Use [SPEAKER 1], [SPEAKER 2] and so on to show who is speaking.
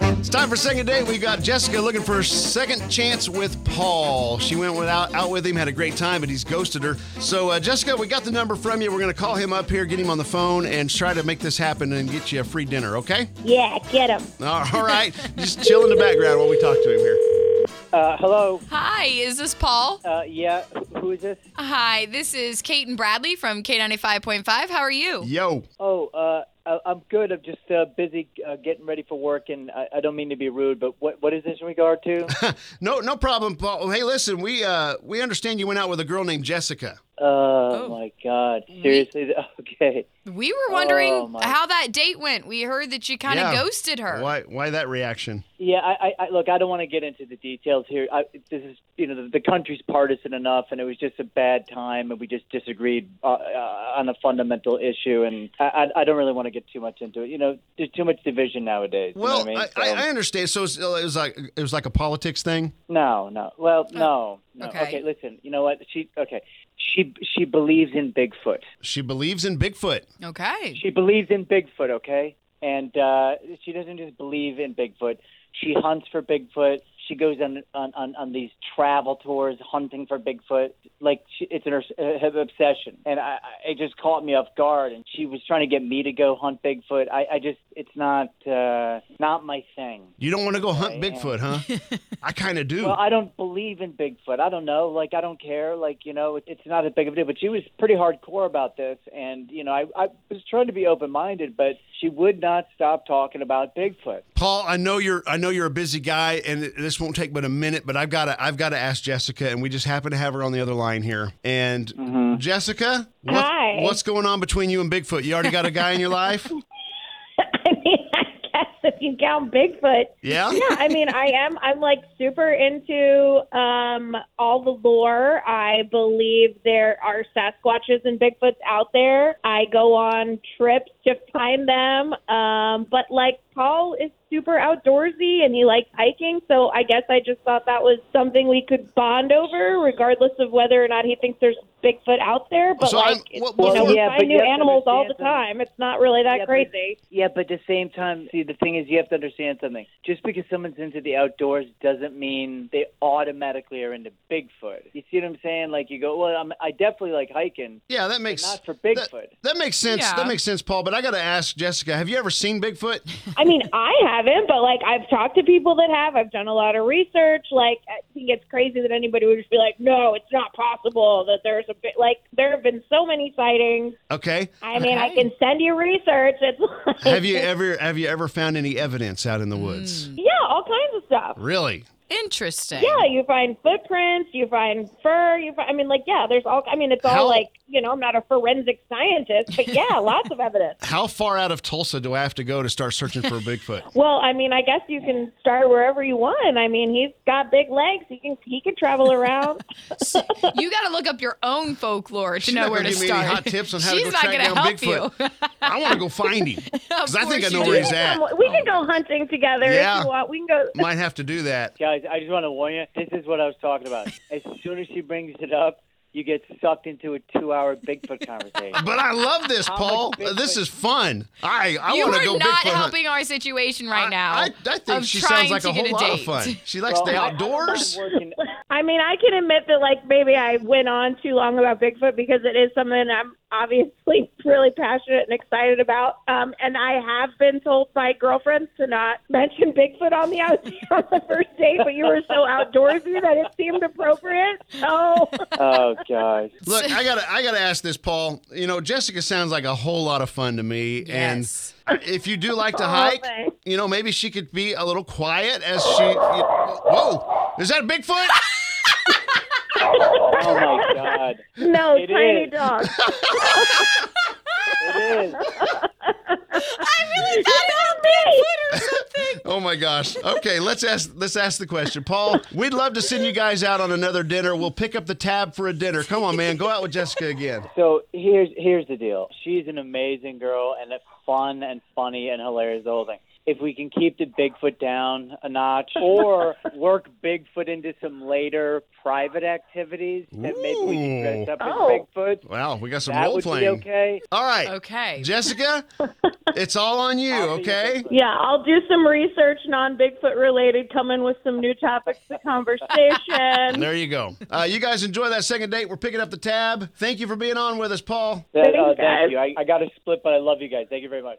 [SPEAKER 1] It's time for second date. We got Jessica looking for a second chance with Paul. She went without, out with him, had a great time, but he's ghosted her. So, uh, Jessica, we got the number from you. We're going to call him up here, get him on the phone, and try to make this happen and get you a free dinner, okay?
[SPEAKER 2] Yeah, get him.
[SPEAKER 1] All right. Just chill in the background while we talk to him here.
[SPEAKER 3] Uh, hello.
[SPEAKER 4] Hi, is this Paul?
[SPEAKER 3] Uh, yeah. wh- Who is this?
[SPEAKER 4] Hi, this is Kate and Bradley from K95.5. How are you?
[SPEAKER 1] Yo.
[SPEAKER 3] Oh, uh, I- I'm good. I'm just uh, busy uh, getting ready for work, and I-, I don't mean to be rude, but what what is this in regard to?
[SPEAKER 1] No, no problem, Paul. Hey, listen, we uh, we understand you went out with a girl named Jessica.
[SPEAKER 3] Uh,
[SPEAKER 1] Oh.
[SPEAKER 3] my God. Seriously? Okay.
[SPEAKER 4] We were wondering
[SPEAKER 3] Oh, my-
[SPEAKER 4] how that date went. We heard that you kind of
[SPEAKER 1] Yeah.
[SPEAKER 4] ghosted her.
[SPEAKER 1] Why? Why that reaction?
[SPEAKER 3] Yeah, I, I, I look. I don't want to get into the details here. I, this is, you know, the, the country's partisan enough, and it was just a bad time, and we just disagreed uh, uh, on a fundamental issue, and I, I, I don't really want to get too much into it. You know, there's too much division nowadays.
[SPEAKER 1] Well,
[SPEAKER 3] you know what I
[SPEAKER 1] I,
[SPEAKER 3] mean? So-
[SPEAKER 1] I, I understand. So it's- uh, it was like it was like a politics thing.
[SPEAKER 3] No, no. Well, no, no.
[SPEAKER 4] okay.
[SPEAKER 3] Okay. listen. You know what? She okay. She she believes in Bigfoot.
[SPEAKER 1] She believes in Bigfoot.
[SPEAKER 4] Okay.
[SPEAKER 3] She believes in Bigfoot. Okay, and uh, she doesn't just believe in Bigfoot. She hunts for Bigfoot. She goes on on on, on these travel tours hunting for Bigfoot. Like she, it's an obs- uh, obsession, and I, I, it just caught me off guard. And she was trying to get me to go hunt Bigfoot. I, I just it's not uh, not my thing.
[SPEAKER 1] You don't want to go hunt
[SPEAKER 3] yeah.
[SPEAKER 1] Bigfoot, huh? I kind of do.
[SPEAKER 3] Well, I don't believe in Bigfoot. I don't know. Like, I don't care. Like, you know, it- it's not as big of a deal. But she was pretty hardcore about this. And, you know, I, I was trying to be open minded, but she would not stop talking about Bigfoot.
[SPEAKER 1] Paul, I know you're I know you're a busy guy, and it- this won't take but a minute. But I've got to I've got to ask Jessica, and we just happen to have her on the other line here. And Jessica, what-
[SPEAKER 2] Hi.
[SPEAKER 1] what's going on between you and Bigfoot? You already got a guy in your life,
[SPEAKER 2] I mean, I guess if you count Bigfoot,
[SPEAKER 1] yeah?
[SPEAKER 2] yeah. I mean, I am. I'm like super into um all the lore. I believe there are Sasquatches and Bigfoots out there. I go on trips to find them. Um, but like Paul is super outdoorsy and he likes hiking, so I guess I just thought that was something we could bond over, regardless of whether or not he thinks there's Bigfoot out there. But
[SPEAKER 1] So I'm- what-
[SPEAKER 2] like, you know,
[SPEAKER 1] before-
[SPEAKER 2] we
[SPEAKER 3] Yeah, but
[SPEAKER 2] find
[SPEAKER 3] you
[SPEAKER 2] new
[SPEAKER 3] have to
[SPEAKER 2] animals all the
[SPEAKER 3] understand something.
[SPEAKER 2] time. It's not really that
[SPEAKER 3] Yeah, but-
[SPEAKER 2] crazy.
[SPEAKER 3] Yeah, but at the same time, see, the thing is, you have to understand something. Just because someone's into the outdoors doesn't mean they automatically are into Bigfoot. You see what I'm saying? Like, you go, well, I'm, I definitely like hiking,
[SPEAKER 1] Yeah, that makes
[SPEAKER 3] not for
[SPEAKER 1] that,
[SPEAKER 3] Bigfoot.
[SPEAKER 1] that makes sense.
[SPEAKER 4] Yeah.
[SPEAKER 1] That makes sense, Paul. But I got to ask Jessica, have you ever seen Bigfoot?
[SPEAKER 2] I mean, I haven't, but like I've talked to people that have. I've done a lot of research. Like I think it's crazy that anybody would just be like, "No, it's not possible that there's a bit." Like there have been so many sightings.
[SPEAKER 1] Okay.
[SPEAKER 2] I mean, I
[SPEAKER 4] Okay.
[SPEAKER 2] can send you research. It's like,
[SPEAKER 1] Have you ever have you ever found any evidence out in the woods?
[SPEAKER 3] Mm.
[SPEAKER 2] Yeah, all kinds of stuff.
[SPEAKER 1] Really?
[SPEAKER 4] Interesting.
[SPEAKER 2] Yeah, you find footprints, you find fur, you find. I mean, like yeah, there's all. I mean, it's all
[SPEAKER 1] How-
[SPEAKER 2] like you know, I'm not a forensic scientist, but yeah, lots of evidence.
[SPEAKER 1] How far out of Tulsa do I have to go to start searching for a Bigfoot?
[SPEAKER 2] Well, I mean, I guess you can start wherever you want. I mean, he's got big legs. He can he can travel around.
[SPEAKER 4] you got to look up your own folklore to
[SPEAKER 1] She's
[SPEAKER 4] know
[SPEAKER 1] not
[SPEAKER 4] where
[SPEAKER 1] gonna
[SPEAKER 4] to
[SPEAKER 1] give me
[SPEAKER 4] start.
[SPEAKER 1] Any hot tips on how
[SPEAKER 4] She's
[SPEAKER 1] to go
[SPEAKER 4] not
[SPEAKER 1] track
[SPEAKER 4] gonna
[SPEAKER 1] down
[SPEAKER 4] help
[SPEAKER 1] Bigfoot.
[SPEAKER 4] you.
[SPEAKER 1] I want to go find him because I think I
[SPEAKER 4] course
[SPEAKER 1] know
[SPEAKER 4] you
[SPEAKER 1] where
[SPEAKER 4] do.
[SPEAKER 1] he's at.
[SPEAKER 2] Come on, we can go hunting together
[SPEAKER 1] Yeah.
[SPEAKER 2] if you want. We can go.
[SPEAKER 1] Might have to do that.
[SPEAKER 3] Guys, I just want to warn you. This is what I was talking about. As soon as she brings it up, you get sucked into a two-hour Bigfoot conversation.
[SPEAKER 1] But I love this,
[SPEAKER 2] Oh
[SPEAKER 3] How
[SPEAKER 1] Paul. Uh,
[SPEAKER 3] much Bigfoot-
[SPEAKER 1] This is fun. I I
[SPEAKER 4] you
[SPEAKER 1] want
[SPEAKER 4] are
[SPEAKER 1] to go
[SPEAKER 4] not
[SPEAKER 1] Bigfoot hunt.
[SPEAKER 4] helping our situation right
[SPEAKER 1] I-
[SPEAKER 4] now.
[SPEAKER 1] I, I think
[SPEAKER 4] of
[SPEAKER 1] she
[SPEAKER 4] trying
[SPEAKER 1] sounds like
[SPEAKER 4] to
[SPEAKER 1] a
[SPEAKER 4] get
[SPEAKER 1] whole lot of
[SPEAKER 4] date.
[SPEAKER 1] fun. She likes the
[SPEAKER 3] Well, I-
[SPEAKER 1] outdoors.
[SPEAKER 3] I'm working-
[SPEAKER 2] I mean, I can admit that, like, maybe I went on too long about Bigfoot because it is something I'm obviously really passionate and excited about. Um, and I have been told by girlfriends to not mention Bigfoot on the out- on the first date, but you were so outdoorsy that it seemed appropriate. So,
[SPEAKER 3] oh, guys.
[SPEAKER 1] Look, I gotta, I gotta ask this, Paul. You know, Jessica sounds like a whole lot of fun to me,
[SPEAKER 4] Yes.
[SPEAKER 1] and if you do like to
[SPEAKER 2] Oh,
[SPEAKER 1] hike,
[SPEAKER 2] thanks.
[SPEAKER 1] you know, maybe she could be a little quiet as she. You, whoa, is that Bigfoot?
[SPEAKER 3] Oh my God.
[SPEAKER 2] no,
[SPEAKER 3] It
[SPEAKER 2] tiny
[SPEAKER 3] is.
[SPEAKER 2] dog.
[SPEAKER 3] It is.
[SPEAKER 1] Oh my gosh. Okay, let's ask, let's ask the question, Paul. We'd love to send you guys out on another dinner. We'll pick up the tab for a dinner. Come on, man, go out with Jessica again.
[SPEAKER 3] So here's here's the deal. She's an amazing girl and a fun and funny and hilarious the whole thing. if we can keep the Bigfoot down a notch or work Bigfoot into some later private activities that maybe we can dress up
[SPEAKER 2] Ooh.
[SPEAKER 3] as Bigfoot.
[SPEAKER 1] Wow, we got some
[SPEAKER 3] That
[SPEAKER 1] role
[SPEAKER 3] would
[SPEAKER 1] playing.
[SPEAKER 3] be okay.
[SPEAKER 1] All right.
[SPEAKER 4] Okay.
[SPEAKER 1] Jessica, it's all on you,
[SPEAKER 3] I'll be your
[SPEAKER 1] okay?
[SPEAKER 3] Bigfoot.
[SPEAKER 2] Yeah, I'll do some research, non Bigfoot related, come in with some new topics of conversation.
[SPEAKER 1] There you go. Uh, you guys enjoy that second date. We're picking up the tab. Thank you for being on with us, Paul.
[SPEAKER 3] That- uh,
[SPEAKER 2] Thanks, guys.
[SPEAKER 3] thank you. I, I got to split, but I love you guys. Thank you very much.